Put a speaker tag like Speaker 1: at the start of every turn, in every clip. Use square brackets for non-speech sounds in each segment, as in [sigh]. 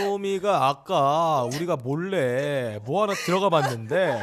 Speaker 1: 새로미가 아까 우리가 몰래 뭐 하나 들어가 봤는데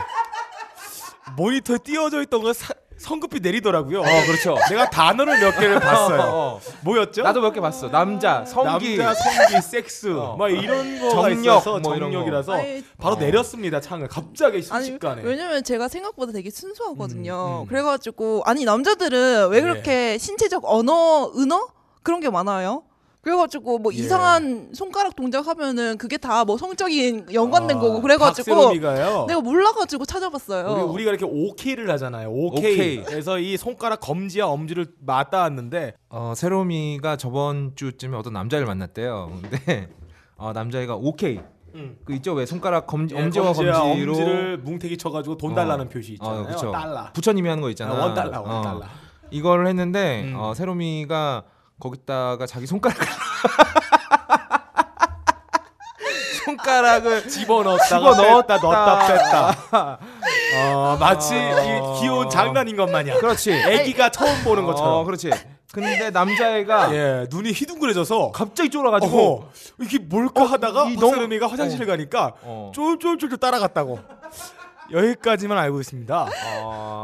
Speaker 1: 모니터에 띄어져 있던 거 사- 성급히 내리더라고요.
Speaker 2: 어, 그렇죠.
Speaker 1: 내가 단어를 몇 개를 봤어요.
Speaker 2: 어, 어.
Speaker 1: 뭐였죠?
Speaker 2: 나도 몇 개 봤어. 남자, 성기.
Speaker 1: 남자 성기 섹스
Speaker 2: 어.
Speaker 1: 막 이런 거가
Speaker 2: 정력,
Speaker 1: 있어서
Speaker 2: 뭐 이런
Speaker 1: 정력이라서
Speaker 3: 거. 아니,
Speaker 1: 바로
Speaker 2: 어.
Speaker 1: 내렸습니다 창을 갑자기
Speaker 3: 아니
Speaker 1: 순식간에
Speaker 3: 왜냐면 제가 생각보다 되게 순수하거든요.
Speaker 1: 음, 예. 음.
Speaker 3: 그래가지고 아니 남자들은 왜 그렇게 신체적 언어 은어 그런 게 많아요? 그래가지고 뭐
Speaker 1: 예.
Speaker 3: 이상한 손가락 동작 하면은 그게 다 뭐 성적인 연관된
Speaker 1: 아,
Speaker 3: 거고 그래가지고
Speaker 1: 박세롬이가요.
Speaker 3: 내가 몰라가지고 찾아봤어요.
Speaker 1: 우리, 우리가 이렇게 OK를 하잖아요. OK.
Speaker 2: OK.
Speaker 1: 그래서 이 손가락 검지와 엄지를 맞닿았는데
Speaker 2: 어, 세롬이가 저번 주쯤에 어떤 남자를 만났대요. 근데 [laughs] 어, 남자애가 오케이.
Speaker 1: 음.
Speaker 2: 그 있죠 왜 손가락 검지,
Speaker 1: 예,
Speaker 2: 엄지와 검지로
Speaker 1: 엄지를 뭉태기 쳐가지고 돈
Speaker 2: 어.
Speaker 1: 달라는 표시 있잖아요.
Speaker 2: 어, 그쵸.
Speaker 1: 달러.
Speaker 2: 부처님이 하는 거
Speaker 1: 아,
Speaker 2: 있잖아.
Speaker 1: 원 달러,
Speaker 2: 어,
Speaker 1: 원 달러.
Speaker 2: 이걸 했는데
Speaker 1: 음.
Speaker 2: 어, 세롬이가 거기다가 자기 손가락을 [laughs] 손가락을
Speaker 1: 집어넣었다가
Speaker 2: 집어넣었다.
Speaker 1: 뺐다, 넣었다 뺐다. 어, 마치
Speaker 2: 어.
Speaker 1: 이 귀여운 장난인 것 마냥.
Speaker 2: [laughs] 그렇지.
Speaker 1: 애기가 처음 보는
Speaker 2: 어, 아.
Speaker 1: 것처럼.
Speaker 2: 그렇지. 근데 남자애가
Speaker 1: 예, 눈이 희둥그레져서
Speaker 2: 갑자기 쫄아가지고
Speaker 1: 어허, 이게 뭘까 하다가
Speaker 2: 이 너무-
Speaker 1: 박세롬이가 화장실 가니까
Speaker 2: 어.
Speaker 1: 쫄쫄쫄쫄 따라갔다고. 여기까지만 알고 있습니다.
Speaker 2: 어,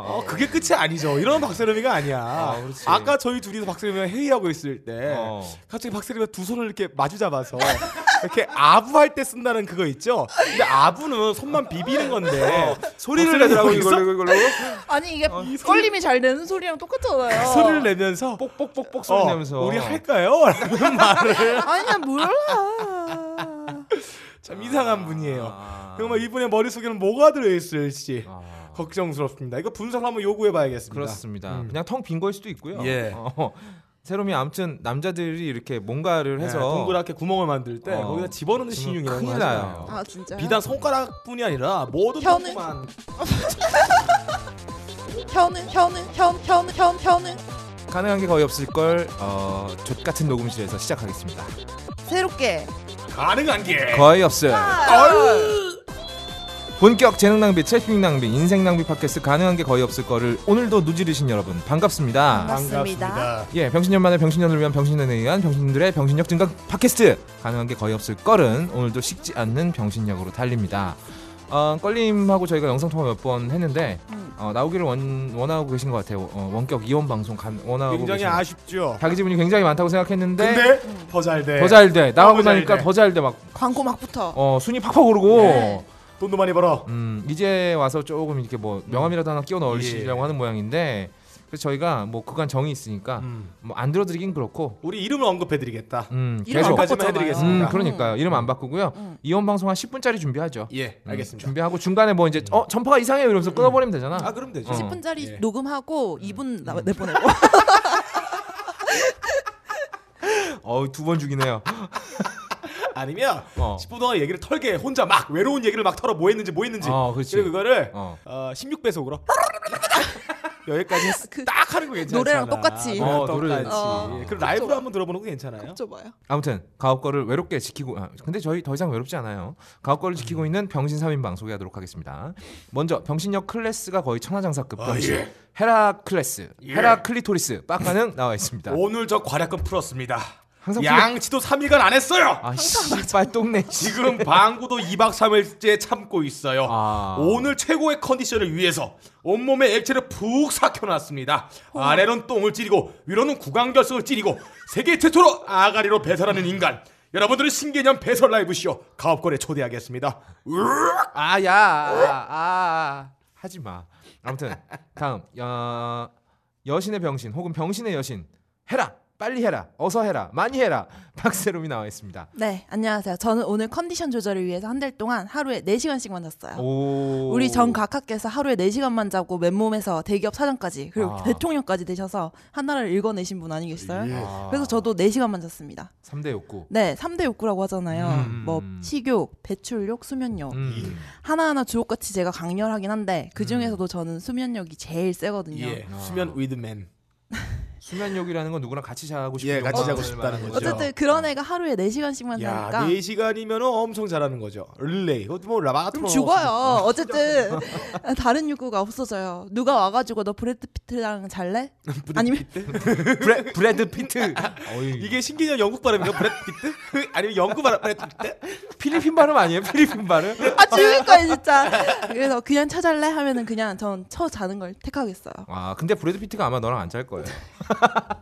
Speaker 1: 어, 그게 끝이 아니죠. 이런 박세롬이가 아니야.
Speaker 2: 그렇지.
Speaker 1: 아, 까 저희 둘이서 박세롬이랑 회의하고 있을 때
Speaker 2: 어.
Speaker 1: 갑자기 박세롬이가 두 손을 이렇게 마주 잡아서 이렇게 아부할 때 쓴다는 그거 있죠. 근데 아부는 손만 비비는
Speaker 2: 어,
Speaker 1: 건데
Speaker 2: 소리를 내더라고
Speaker 1: 박세롬이
Speaker 2: 이걸로 이걸로
Speaker 3: 아니 이게 껄림이 잘 되는 소리랑 똑같잖아요.
Speaker 1: 소리를 내면서
Speaker 2: 뽁뽁뽁
Speaker 1: 어,
Speaker 2: 소리 내면서
Speaker 1: 우리 할까요? [laughs] 라는 말을
Speaker 3: 아니 난 몰라.
Speaker 1: 참 이상한 분이에요.
Speaker 2: 아.
Speaker 1: 정말 이분의 머릿속에는 뭐가 들어있을지
Speaker 2: 아.
Speaker 1: 걱정스럽습니다. 이거 분석을 한번 요구해봐야겠습니다.
Speaker 2: 그렇습니다.
Speaker 1: 음.
Speaker 2: 그냥 텅 빈 거일 수도 있고요.
Speaker 1: 예.
Speaker 2: [laughs] 어, 세롬이 아무튼 남자들이 이렇게 뭔가를
Speaker 1: 네,
Speaker 2: 해서
Speaker 1: 동그랗게 구멍을 만들 때
Speaker 2: 어.
Speaker 1: 거기다 집어넣는 신용이라고
Speaker 2: 큰일
Speaker 1: 하잖아요.
Speaker 2: 나요.
Speaker 3: 아 진짜.
Speaker 1: 비단 손가락뿐이 아니라 모든
Speaker 3: 혀는?
Speaker 1: 것만
Speaker 3: 혀는 혀는 혀는 혀는 혀는 혀는
Speaker 2: 가능한 게 거의 없을 걸 어, 족 같은 녹음실에서 시작하겠습니다.
Speaker 3: 새롭게.
Speaker 1: 가능한 게
Speaker 2: 거의 없어요.
Speaker 3: 아.
Speaker 1: 얼.
Speaker 2: 본격 재능 낭비, 트래핑 낭비, 인생 낭비 팟캐스트 가능한 게 거의 없을 거를 오늘도 누지르신 여러분 반갑습니다.
Speaker 3: 반갑습니다.
Speaker 2: 예, 병신년만의 병신년을 위한 병신년에 의한 병신들의 병신력 증강 팟캐스트 가능한 게 거의 없을 거는 오늘도 식지 않는 병신력으로 달립니다. 어, 껄림하고 저희가 영상 통화 몇 번 했는데
Speaker 3: 음.
Speaker 2: 어, 나오기를 원, 원하고 계신 것 같아요. 어, 원격 이원 방송 감, 원하고
Speaker 1: 굉장히
Speaker 2: 계신 것 같아요.
Speaker 1: 아쉽죠.
Speaker 2: 자기 지분이 굉장히 많다고 생각했는데
Speaker 1: 근데 더 잘 돼.
Speaker 2: 네. 더 잘 돼. 나가고
Speaker 1: 더 잘
Speaker 2: 나니까
Speaker 1: 돼.
Speaker 2: 더 잘 돼. 막
Speaker 3: 광고 막 붙어.
Speaker 2: 어, 순위 팍팍 오르고
Speaker 3: 네.
Speaker 1: 돈도 많이 벌어.
Speaker 2: 음, 이제 와서 조금 이렇게 뭐 명함이라도 하나 끼워 넣으시려고
Speaker 1: 음. 예.
Speaker 2: 하는 모양인데 그래서 저희가 뭐 그간 정이 있으니까
Speaker 1: 음.
Speaker 2: 뭐 안 들어드리긴 그렇고
Speaker 1: 우리 이름을 언급해드리겠다.
Speaker 2: 음,
Speaker 3: 이름 안
Speaker 2: 계속
Speaker 1: 바꿔-
Speaker 3: 바꿨잖아요.
Speaker 1: 해드리겠습니다.
Speaker 2: 음, 그러니까요. 이름 안 바꾸고요.
Speaker 3: 음.
Speaker 2: 이혼 방송 한 10분짜리 준비하죠.
Speaker 1: 예,
Speaker 2: 음,
Speaker 1: 알겠습니다. 음.
Speaker 2: 준비하고 중간에 뭐 이제 어, 전파가 이상해요 이러면서 끊어 버리면 되잖아.
Speaker 1: 아 그럼 되죠.
Speaker 2: 어.
Speaker 3: 10분짜리
Speaker 1: 예.
Speaker 3: 녹음하고 2분 나- [laughs] 내보내고
Speaker 2: 어, 두 번 죽이네요.
Speaker 1: 아니면
Speaker 2: 어.
Speaker 1: 10분 동안 얘기를 털게 혼자 막 외로운 얘기를 막 털어 뭐 했는지 뭐 했는지.
Speaker 2: 어, 그렇지.
Speaker 1: 리고 그거를
Speaker 2: 어.
Speaker 1: 어,
Speaker 2: [laughs]
Speaker 1: 16배속으로 여기까지 했-
Speaker 3: 그-
Speaker 1: 딱 하는 거 괜찮아.
Speaker 3: 노래랑 똑같이.
Speaker 1: 어,
Speaker 2: 아, 어, 노래를-
Speaker 1: 똑같이.
Speaker 3: 어.
Speaker 1: 예, 그럼 라이브로 한번 들어보는 거 괜찮아요?
Speaker 3: 여쭤봐요.
Speaker 2: 아무튼 가업 거를 외롭게 지키고 아, 근데 저희 더 이상 외롭지 않아요. 가업 거를
Speaker 1: 음.
Speaker 2: 지키고 있는 병신 3인방 소개하도록 하겠습니다. 먼저 병신력 클래스가 거의 천하장사급
Speaker 1: 아,
Speaker 2: 병신
Speaker 1: 예.
Speaker 2: 헤라 클래스
Speaker 1: 예.
Speaker 2: 헤라
Speaker 1: [laughs]
Speaker 2: 클리토리스 빡가능 나와 있습니다.
Speaker 1: 오늘 저 과략근 풀었습니다.
Speaker 2: 항상
Speaker 1: 양치도 3일간 안 했어요.
Speaker 2: 아 씨발 똥내 씨.
Speaker 1: 지금 방구도 2박 3일째 참고 있어요.
Speaker 2: 아.
Speaker 1: 오늘 최고의 컨디션을 위해서 온몸에 액체를 푹 삭혀놨습니다.
Speaker 3: 어.
Speaker 1: 아래는 똥을 찌르고 위로는 구강결석을 찌르고 세계 최초로 아가리로 배설하는 인간. 여러분들은 신개념 배설 라이브 쇼 가업권에 초대하겠습니다. 으악!
Speaker 2: 아야
Speaker 4: 어?
Speaker 2: 아, 아. 하지 마. 아무튼 다음 어, 여신의 병신 혹은 병신의 여신 헤라 빨리 해라 어서 해라 많이 해라 박세롬이 나와 있습니다.
Speaker 3: 네, 안녕하세요. 저는 오늘 컨디션 조절을 위해서 한 달 동안 하루에 4시간씩만 잤어요.
Speaker 2: 오
Speaker 3: 우리 전 각하께서 하루에 4시간만 자고 맨몸에서 대기업 사장까지 그리고
Speaker 2: 아.
Speaker 3: 대통령까지 되셔서 하나를 읽어내신 분 아니겠어요?
Speaker 2: 아.
Speaker 3: 그래서 저도 4시간만 잤습니다.
Speaker 2: 3대 욕구.
Speaker 3: 네, 3대 욕구라고 하잖아요.
Speaker 2: 음.
Speaker 3: 뭐 식욕, 배출욕, 수면욕.
Speaker 2: 음.
Speaker 3: 하나하나 주옥같이 제가 아. 강렬하긴 한데 그중에서도 저는 수면욕이 제일 세거든요.
Speaker 1: 예, 수면 위드맨.
Speaker 2: 수면욕이라는 건 누구랑 같이 자고 싶은
Speaker 4: 예, 같이
Speaker 2: 욕망을
Speaker 4: 자고 싶다는
Speaker 2: 말하는
Speaker 4: 거죠.
Speaker 2: 거죠.
Speaker 3: 어쨌든 그런 애가 하루에 4시간씩만
Speaker 1: 야,
Speaker 3: 자니까
Speaker 1: 4시간이면 엄청 잘하는 거죠. 릴레이. 그것도 뭐 라마토.
Speaker 3: 그럼 죽어요. 어쨌든 [laughs] 다른 욕구가 없어져요. 누가 와가지고 너 브래드 피트랑 잘래? [laughs] 아니면
Speaker 2: 브레, 브래드
Speaker 4: [laughs]
Speaker 2: 피트. 어이.
Speaker 1: 이게 신기년 영국 발음인가? 브렛 피트? [laughs] 아니면 영국 발음 브렛 피트?
Speaker 2: 필리핀 발음 아니에요? 필리핀 발음?
Speaker 3: 아 죽을 거야 진짜. 그래서 그냥 쳐잘래 하면은 그냥 전 쳐 자는 걸 택하겠어요.
Speaker 2: 아 근데 브래드 피트가 아마 너랑 안 잘 거예요.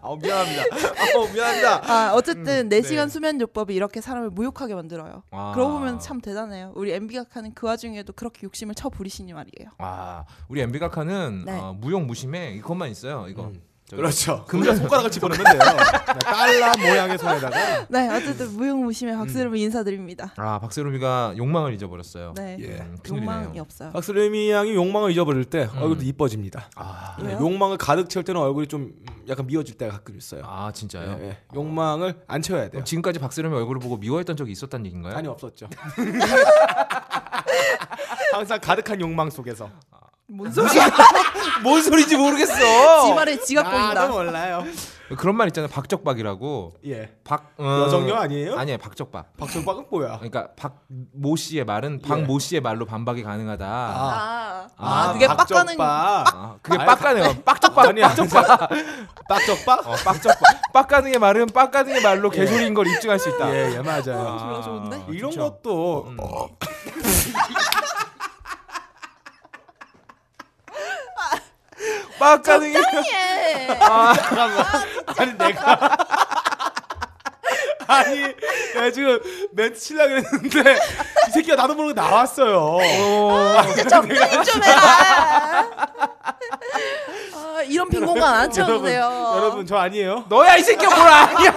Speaker 1: 아, 미안합니다. 아, 미안합니다.
Speaker 3: 아 어쨌든 네 4시간 수면요법이 이렇게 사람을 무욕하게 만들어요.
Speaker 2: 아.
Speaker 3: 그러고 보면 참 대단해요. 우리 MB가 하는 그 와중에도 그렇게 욕심을 쳐 부리시니 말이에요.
Speaker 2: 아 우리 MB 각하는
Speaker 3: 네.
Speaker 2: 어, 무용 무심해 이것만 있어요. 이거
Speaker 4: 음.
Speaker 1: 그렇죠. 금전 손가락을 집어넣으면 돼요. 네,
Speaker 4: 달라 모양의 손에다가
Speaker 3: 네 [laughs] 어쨌든 무용무심의 박세롬 인사드립니다.
Speaker 2: 아 박세롬이가 욕망을 잊어버렸어요. 음,
Speaker 3: 네
Speaker 1: 예.
Speaker 3: 욕망이 없어요.
Speaker 1: [laughs]
Speaker 3: 아,
Speaker 1: 박수림이 양이 욕망을 잊어버릴 때 얼굴도 이뻐집니다.
Speaker 2: 아,
Speaker 1: 네,
Speaker 3: 왜요?
Speaker 1: 욕망을 가득 채울 때는 얼굴이 좀 음, 약간 미워질 때가 가끔 있어요. 그렇죠.
Speaker 2: 아 진짜요?
Speaker 1: 예, 예. 욕망을 안 채워야 돼요.
Speaker 2: 그럼 지금까지 박세롬이 얼굴을 보고 미워했던 적이 있었단 얘기인가요?
Speaker 1: 아니 없었죠. [laughs] 항상 가득한 욕망 속에서.
Speaker 3: 뭔 소리야?
Speaker 2: 뭔 소리인지 모르겠어.
Speaker 3: 지발에 지갑
Speaker 1: 나도
Speaker 3: 뽑는다.
Speaker 1: 몰라요.
Speaker 2: 그런 말 있잖아요. 박적박이라고.
Speaker 1: 예.
Speaker 2: 박 어,
Speaker 1: 여정녀 아니에요?
Speaker 2: 아니에요. 박적박.
Speaker 1: 박정박은 뭐야?
Speaker 2: 그러니까 박 모 씨의 말은
Speaker 1: 예.
Speaker 2: 박 모 씨의 말로 반박이 가능하다. 아,
Speaker 3: 아,
Speaker 2: 아,
Speaker 3: 그게 빡가는
Speaker 1: 박정박.
Speaker 2: 그게
Speaker 1: 아유,
Speaker 2: 빡가네요. 빡적박
Speaker 1: 아니야.
Speaker 2: 빡적박.
Speaker 1: 빡정박?
Speaker 2: 어, 빡적박. 빡가능의 말은 빡가능의 말로 개소리인 걸 입증할 수 있다.
Speaker 1: 예, 예 맞아요.
Speaker 3: 졸라 좋은데?
Speaker 1: 이런
Speaker 2: 좋죠.
Speaker 1: 것도
Speaker 2: 빡가능이
Speaker 3: 예.
Speaker 1: 아니 내가 [laughs] 아니 내가 지금 멘트 칠라 그랬는데 이 새끼가 나도 모르고 나왔어요.
Speaker 3: 진짜
Speaker 2: 그러니까
Speaker 3: 적당히 좀 해라. 아, 이런 빈 공간 안 채워도
Speaker 1: 여러분,
Speaker 3: 돼요.
Speaker 1: 여러분 저 아니에요.
Speaker 2: [laughs] 너야 이 새끼야 뭘 아니야.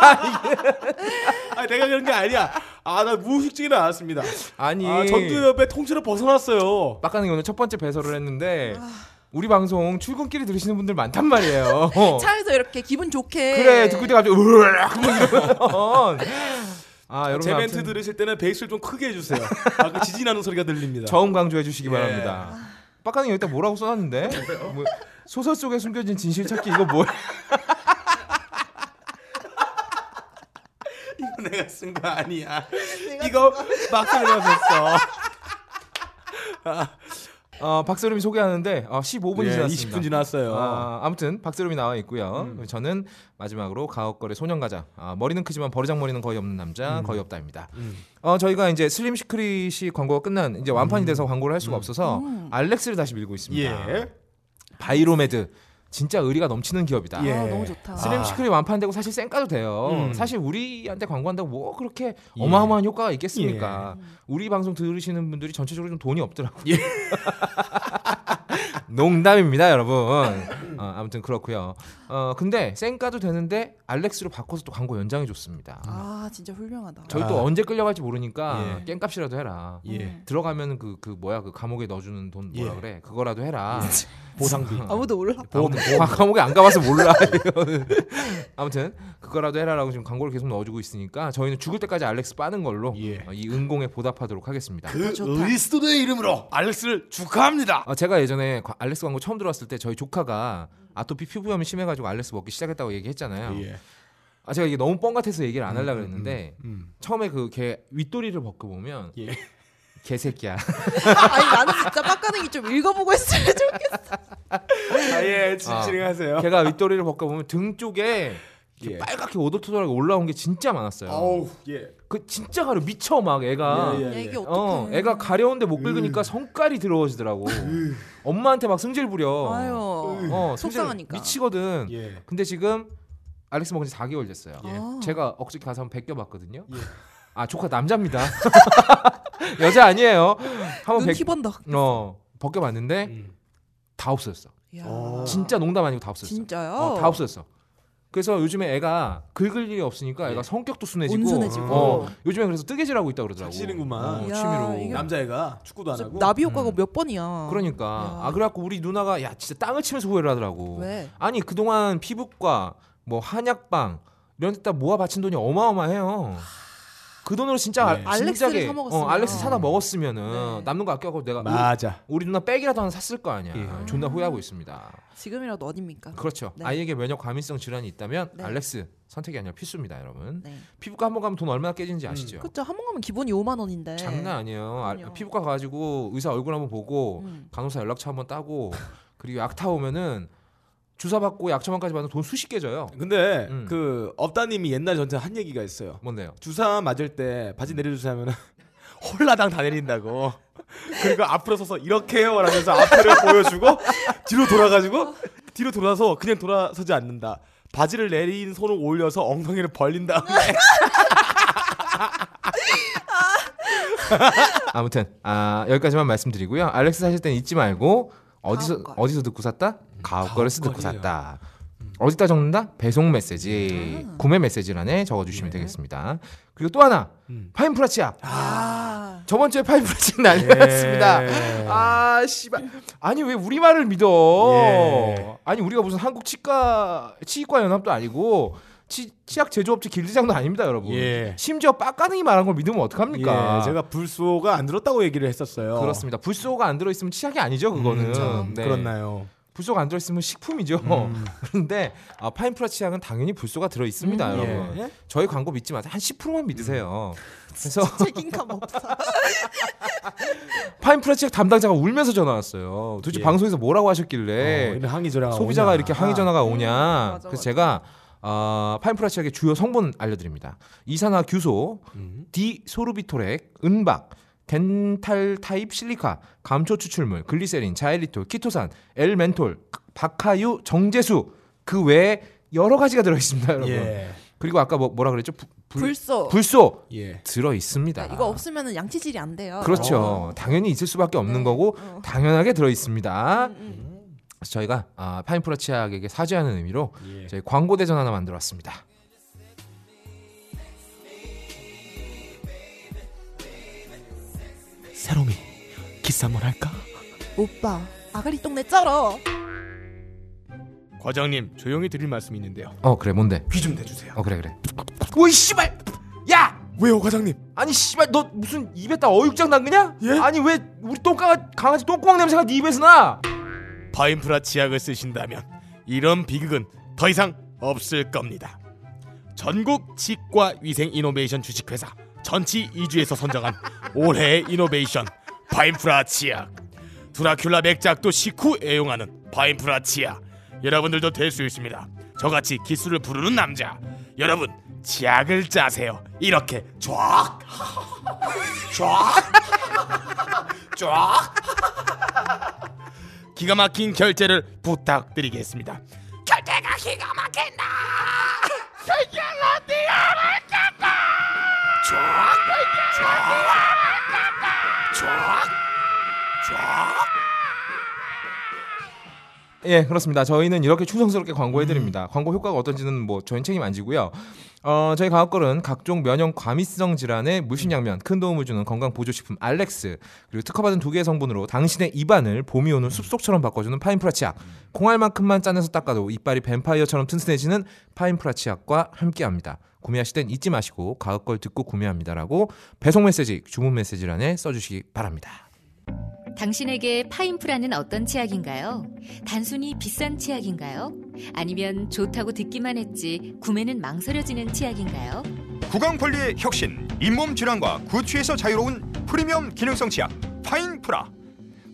Speaker 1: 아 내가 그런 게 아니야. 아 나 무의식적이 나왔습니다.
Speaker 2: 아니.
Speaker 1: 아 전두 옆에 통째로 벗어났어요.
Speaker 2: 빡가능이 오늘 첫 번째 배설을 했는데 우리 방송 출근길에 들으시는 분들 많단 말이에요.
Speaker 3: 차에서 이렇게 기분 좋게.
Speaker 2: 그래 듣고 있다 갑자기 으악 뭐 이러면 아 여러분
Speaker 1: 제 멘트
Speaker 2: 아무튼
Speaker 1: 들으실 때는 베이스를 좀 크게 해주세요. 아까 그 지진하는 소리가 들립니다.
Speaker 2: 저음 강조해 주시기
Speaker 1: 예. 아,
Speaker 2: 바랍니다. 빡가는 여기다 뭐라고 써놨는데 뭐, 소설 속에 숨겨진 진실 찾기
Speaker 1: [laughs]
Speaker 2: 이거 뭐야?
Speaker 1: 내가 쓴 거 아니야. 이거 막상 나왔어.
Speaker 2: 어, 박세롬이 소개하는데 어, 15분이
Speaker 1: 예,
Speaker 2: 지났습니다.
Speaker 1: 20분 지났어요.
Speaker 2: 아, 아무튼 박세롬이 나와 있고요. 저는 마지막으로 가옥거래 소년가자 아, 머리는 크지만 버르장머리는 거의 없는 남자 거의 없다입니다. 어, 저희가 이제 슬림 시크릿이 광고가 끝난 이제 완판이 돼서 광고를 할 수가 없어서 알렉스를 다시 밀고 있습니다.
Speaker 1: 예.
Speaker 2: 바이로메드 진짜 의리가 넘치는 기업이다.
Speaker 1: 예.
Speaker 3: 아, 너무 좋다.
Speaker 2: 슬림 시크릿 완판되고 사실 쌩까도 돼요.
Speaker 1: 음.
Speaker 2: 사실 우리한테 광고한다고 뭐 그렇게 어마어마한 효과가 있겠습니까? 우리 방송 들으시는 분들이 전체적으로 좀 돈이 없더라고요. 농담입니다, 여러분. 어, 아무튼 그렇고요. 어, 근데 쌩까도 되는데 알렉스로 바꿔서 또 광고 연장해 줬습니다.
Speaker 3: 아, 진짜 훌륭하다.
Speaker 2: 저희 또 언제 끌려갈지 모르니까
Speaker 1: 예.
Speaker 2: 깽값이라도 해라.
Speaker 1: 예.
Speaker 2: 들어가면 그 그 뭐야 그 감옥에 넣어주는 돈 뭐라
Speaker 1: 예.
Speaker 2: 그래 그거라도 해라. 어,
Speaker 1: 보상비.
Speaker 3: 아무도 몰라.
Speaker 2: 보험 과감하게 안 가봐서 몰라. [laughs] 아무튼 그거라도 해라라고 지금 광고를 계속 넣어주고 있으니까 저희는 죽을 때까지 알렉스 빠는 걸로
Speaker 1: 예.
Speaker 2: 어, 이 은공에 보답하도록 하겠습니다.
Speaker 1: 그
Speaker 3: 좋다.
Speaker 1: 의스도의 이름으로 알렉스를 축하합니다.
Speaker 2: 아, 제가 예전에 과- 알렉스 광고 처음 들어왔을 때 저희 조카가 아토피 피부염이 심해가지고 알렉스 먹기 시작했다고 얘기했잖아요.
Speaker 1: 예.
Speaker 2: 아 제가 이게 너무 뻥 같아서 얘기를 안 하려고 했는데
Speaker 1: 음.
Speaker 2: 처음에 그 개 윗도리를 벗겨보면
Speaker 1: 예.
Speaker 2: 개새끼야. [laughs]
Speaker 3: [laughs] 아니, 나는 진짜 빡가능이 좀 읽어보고 했으면 좋겠어.
Speaker 1: 아, 예. 진-
Speaker 2: 아.
Speaker 1: 진행하세요.
Speaker 2: 걔가 윗도리를 벗겨보면 등 쪽에 이렇게
Speaker 1: 예.
Speaker 2: 빨갛게 오돌토돌하게 올라온 게 진짜 많았어요.
Speaker 1: 아우, 예.
Speaker 2: 그 진짜 가려 미쳐 막 애가
Speaker 1: 예, 예.
Speaker 3: 얘기
Speaker 2: 어,
Speaker 3: 어떡해.
Speaker 2: 애가 가려운데 못
Speaker 1: 음.
Speaker 2: 긁으니까 성깔이 들어오시더라고. 엄마한테 막 승질 부려.
Speaker 3: 아유.
Speaker 2: 어, 승질
Speaker 3: 속상하니까.
Speaker 2: 미치거든.
Speaker 1: 예.
Speaker 2: 근데 지금 알렉스 먹은 지 4개월 됐어요.
Speaker 1: 예.
Speaker 3: 아.
Speaker 2: 제가 억지로 가서 한번 베껴봤거든요.
Speaker 1: 예.
Speaker 2: 아 조카 남자입니다. [laughs] 여자 아니에요. 한번
Speaker 3: 눈
Speaker 2: 베
Speaker 3: 희번덕.
Speaker 2: 어, 벗겨봤는데
Speaker 1: 음.
Speaker 2: 다 없어졌어.
Speaker 3: 이야.
Speaker 1: 어.
Speaker 2: 진짜 농담 아니고 다 없어졌어.
Speaker 3: 진짜요?
Speaker 2: 어, 다 없어졌어. 그래서 요즘에 애가 긁을 일이 없으니까
Speaker 1: 예.
Speaker 2: 애가 성격도 순해지고,
Speaker 3: 온순해지고.
Speaker 2: 어, 요즘에 그래서 뜨개질하고 있다 그러더라고.
Speaker 1: 치는구만.
Speaker 2: 어,
Speaker 3: 이야,
Speaker 2: 취미로.
Speaker 3: 이게
Speaker 1: 남자애가 축구도 안
Speaker 3: 진짜
Speaker 1: 하고
Speaker 3: 나비 효과가 몇 번이야.
Speaker 2: 음. 그러니까
Speaker 3: 야.
Speaker 2: 아 그래갖고 우리 누나가 야 진짜 땅을 치면서 후회를 하더라고
Speaker 3: 왜?
Speaker 2: 아니 그동안 피부과 뭐 한약방 이런 데다 모아 바친 돈이 어마어마해요 그 돈으로 진짜
Speaker 1: 네.
Speaker 2: 진작
Speaker 3: 알렉스를 사 먹었으면.
Speaker 2: 어, 알렉스 사다 먹었으면은
Speaker 3: 네.
Speaker 2: 남는 거 아껴갖고 내가
Speaker 1: 맞아.
Speaker 2: 우리 누나 백이라도 하나 샀을 거 아니야.
Speaker 1: 예.
Speaker 2: 존나 후회하고 있습니다.
Speaker 3: 지금이라도 어딥니까?
Speaker 2: 그렇죠.
Speaker 3: 아. 네.
Speaker 2: 아이에게 면역 과민성 질환이 있다면
Speaker 3: 네.
Speaker 2: 알렉스 선택이 아니라 필수입니다, 여러분.
Speaker 3: 네.
Speaker 2: 피부과 한 번 가면 돈 얼마나 깨지는지 아시죠?
Speaker 3: 그렇죠. 한번 가면 기본이 5만 원인데.
Speaker 2: 장난 아니에요. 아,
Speaker 3: 그럼요.
Speaker 2: 피부과 가가지고 의사 얼굴 한번 보고
Speaker 3: 음.
Speaker 2: 간호사 연락처 한번 따고 [laughs] 그리고 약 타오면은 주사 받고 약 처방까지 받으면 돈 수십 개져요.
Speaker 4: 근데
Speaker 2: 음.
Speaker 4: 그 업다님이 옛날 전체 한 얘기가 있어요.
Speaker 2: 뭔데요?
Speaker 4: 주사 맞을 때 바지 내려주세요 하면 [laughs] 홀라당 다 내린다고. 그리고 앞으로 서서 이렇게 해요 라면서 앞을 보여주고 뒤로 돌아가지고 뒤로 돌아서 그냥 돌아서지 않는다. 바지를 내린 손을 올려서 엉덩이를 벌린 다음에
Speaker 2: 아무튼 아, 여기까지만 말씀드리고요. 알렉스 사실 땐 잊지 말고 어디서
Speaker 3: 가옥걸.
Speaker 2: 어디서 듣고 샀다? 음, 가옥걸에서 듣고
Speaker 1: 가옥걸이에요.
Speaker 2: 샀다. 어디다 적는다? 배송 메시지,
Speaker 3: 아.
Speaker 2: 구매 메시지란에 적어주시면 되겠습니다. 그리고 또 하나 파인 프라치아.
Speaker 3: 아.
Speaker 2: 저번 주에 파인 프라치아 [laughs] 난리났습니다.
Speaker 4: 예. 네.
Speaker 2: 아 씨발 아니 왜 우리 말을 믿어?
Speaker 1: 예.
Speaker 2: 아니 우리가 무슨 한국 치과 치과 연합도 아니고 치, 치약 제조업체 길드장도 아닙니다, 여러분.
Speaker 1: 예.
Speaker 2: 심지어 빡가능이 말한 걸 믿으면 어떡합니까?
Speaker 4: 예, 제가 불소가 안 들었다고 얘기를 했었어요.
Speaker 2: 그러니까.
Speaker 4: 음,
Speaker 2: 그렇습니다. 불소가 안 들어있으면 치약이 아니죠, 그거는.
Speaker 3: 그렇죠.
Speaker 2: 네.
Speaker 4: 그렇나요? 음.
Speaker 2: 불소가 안 들어있으면 식품이죠. [laughs] 그런데 아, 파인프라 치약은 당연히 불소가 들어있습니다,
Speaker 3: 음.
Speaker 2: 아, 여러분.
Speaker 4: 예. 음.
Speaker 2: 저희 광고 믿지 마세요. 한 10%만 믿으세요. 그래서 [laughs]
Speaker 3: 책임감 없어.
Speaker 2: 파인프라 치약 담당자가 울면서 전화 왔어요. 도대체
Speaker 4: 예.
Speaker 2: 방송에서 뭐라고
Speaker 4: 어,
Speaker 2: 하셨길래
Speaker 4: 이런 항의 전화가
Speaker 2: 네. 소비자가
Speaker 4: 오냐.
Speaker 2: 이렇게 항의 전화가
Speaker 3: 음,
Speaker 2: 오냐. 그래서
Speaker 3: 맞아, 맞아.
Speaker 2: 제가 어, 파인프라 치약의 주요 성분 알려드립니다. 이산화 규소,
Speaker 4: 음.
Speaker 2: 디소르비토렉, 은박, 덴탈 타입 실리카, 감초 추출물, 글리세린, 자일리톨, 키토산, 엘멘톨, 박하유, 정제수 그 외에 여러 가지가 들어 있습니다, 여러분.
Speaker 4: 예.
Speaker 2: 그리고 아까 뭐, 뭐라 그랬죠? 부- 불,
Speaker 3: 불소. 아,
Speaker 2: 불소
Speaker 4: 예.
Speaker 2: 들어 있습니다.
Speaker 3: 네, 이거 없으면 양치질이 안 돼요.
Speaker 2: 아. 그렇죠.
Speaker 3: 어.
Speaker 2: 당연히 있을 수밖에 없는
Speaker 3: 네.
Speaker 2: 거고
Speaker 3: 어.
Speaker 2: 당연하게 들어 있습니다.
Speaker 3: 음, 음.
Speaker 2: 그래서 저희가 아, 파인프라 치약에게 사죄하는 의미로
Speaker 4: 예.
Speaker 2: 저희 광고 대전 하나 만들어 왔습니다.
Speaker 4: 새롬이 [laughs] 기싸 뭘 할까?
Speaker 3: 오빠 아가리 똥내 쩔어.
Speaker 1: 과장님 조용히 드릴 말씀이 있는데요.
Speaker 2: 어 그래 뭔데?
Speaker 1: 귀 좀 대주세요.
Speaker 2: 어 그래 그래. 오이 씨발! 야!
Speaker 1: 왜요 과장님?
Speaker 2: 아니 씨발 너 무슨 입에다 어육장 담그냐?
Speaker 1: 예?
Speaker 2: 아니 왜 우리 똥강아 강아지 똥구멍 냄새가 네 입에서 나?
Speaker 1: 바인프라 치약을 쓰신다면 이런 비극은 더 이상 없을 겁니다. 전국 치과 위생 이노베이션 주식회사 전치 2주에서 선정한 올해의 이노베이션 바인프라 치약. 드라큘라 맥작도 식후 애용하는 바인프라 치약. 여러분들도 될 수 있습니다. 저같이 기술을 부르는 남자. 여러분 치약을 짜세요. 이렇게 쫙, [laughs] 쫙, [laughs] 쫙. 기가 막힌 결제를 부탁드리겠습니다. 결제가 기가 막힌다. 결제로 네가 맡겼다. 쫙, 쫙, 쫙, 쫙.
Speaker 2: 예 그렇습니다. 저희는 이렇게 충성스럽게 광고해드립니다. 광고 효과가 어떤지는 뭐 저희는 책임 안 지고요. 어, 저희 가옥걸은 각종 면역 과민성 질환에 물신양면 큰 도움을 주는 건강 보조식품 알렉스 그리고 특허받은 두 개의 성분으로 당신의 입안을 봄이 오는 숲속처럼 바꿔주는 파인프라 치약 콩알만큼만 짜내서 닦아도 이빨이 뱀파이어처럼 튼튼해지는 파인프라 치약과 함께합니다. 구매하실 땐 잊지 마시고 가옥걸 듣고 구매합니다라고 배송 메시지 주문 메시지란에 써주시기 바랍니다.
Speaker 5: 당신에게 파인프라는 어떤 치약인가요? 단순히 비싼 치약인가요? 아니면 좋다고 듣기만 했지 구매는 망설여지는 치약인가요?
Speaker 6: 구강 관리의 혁신, 잇몸 질환과 구취에서 자유로운 프리미엄 기능성 치약 파인프라.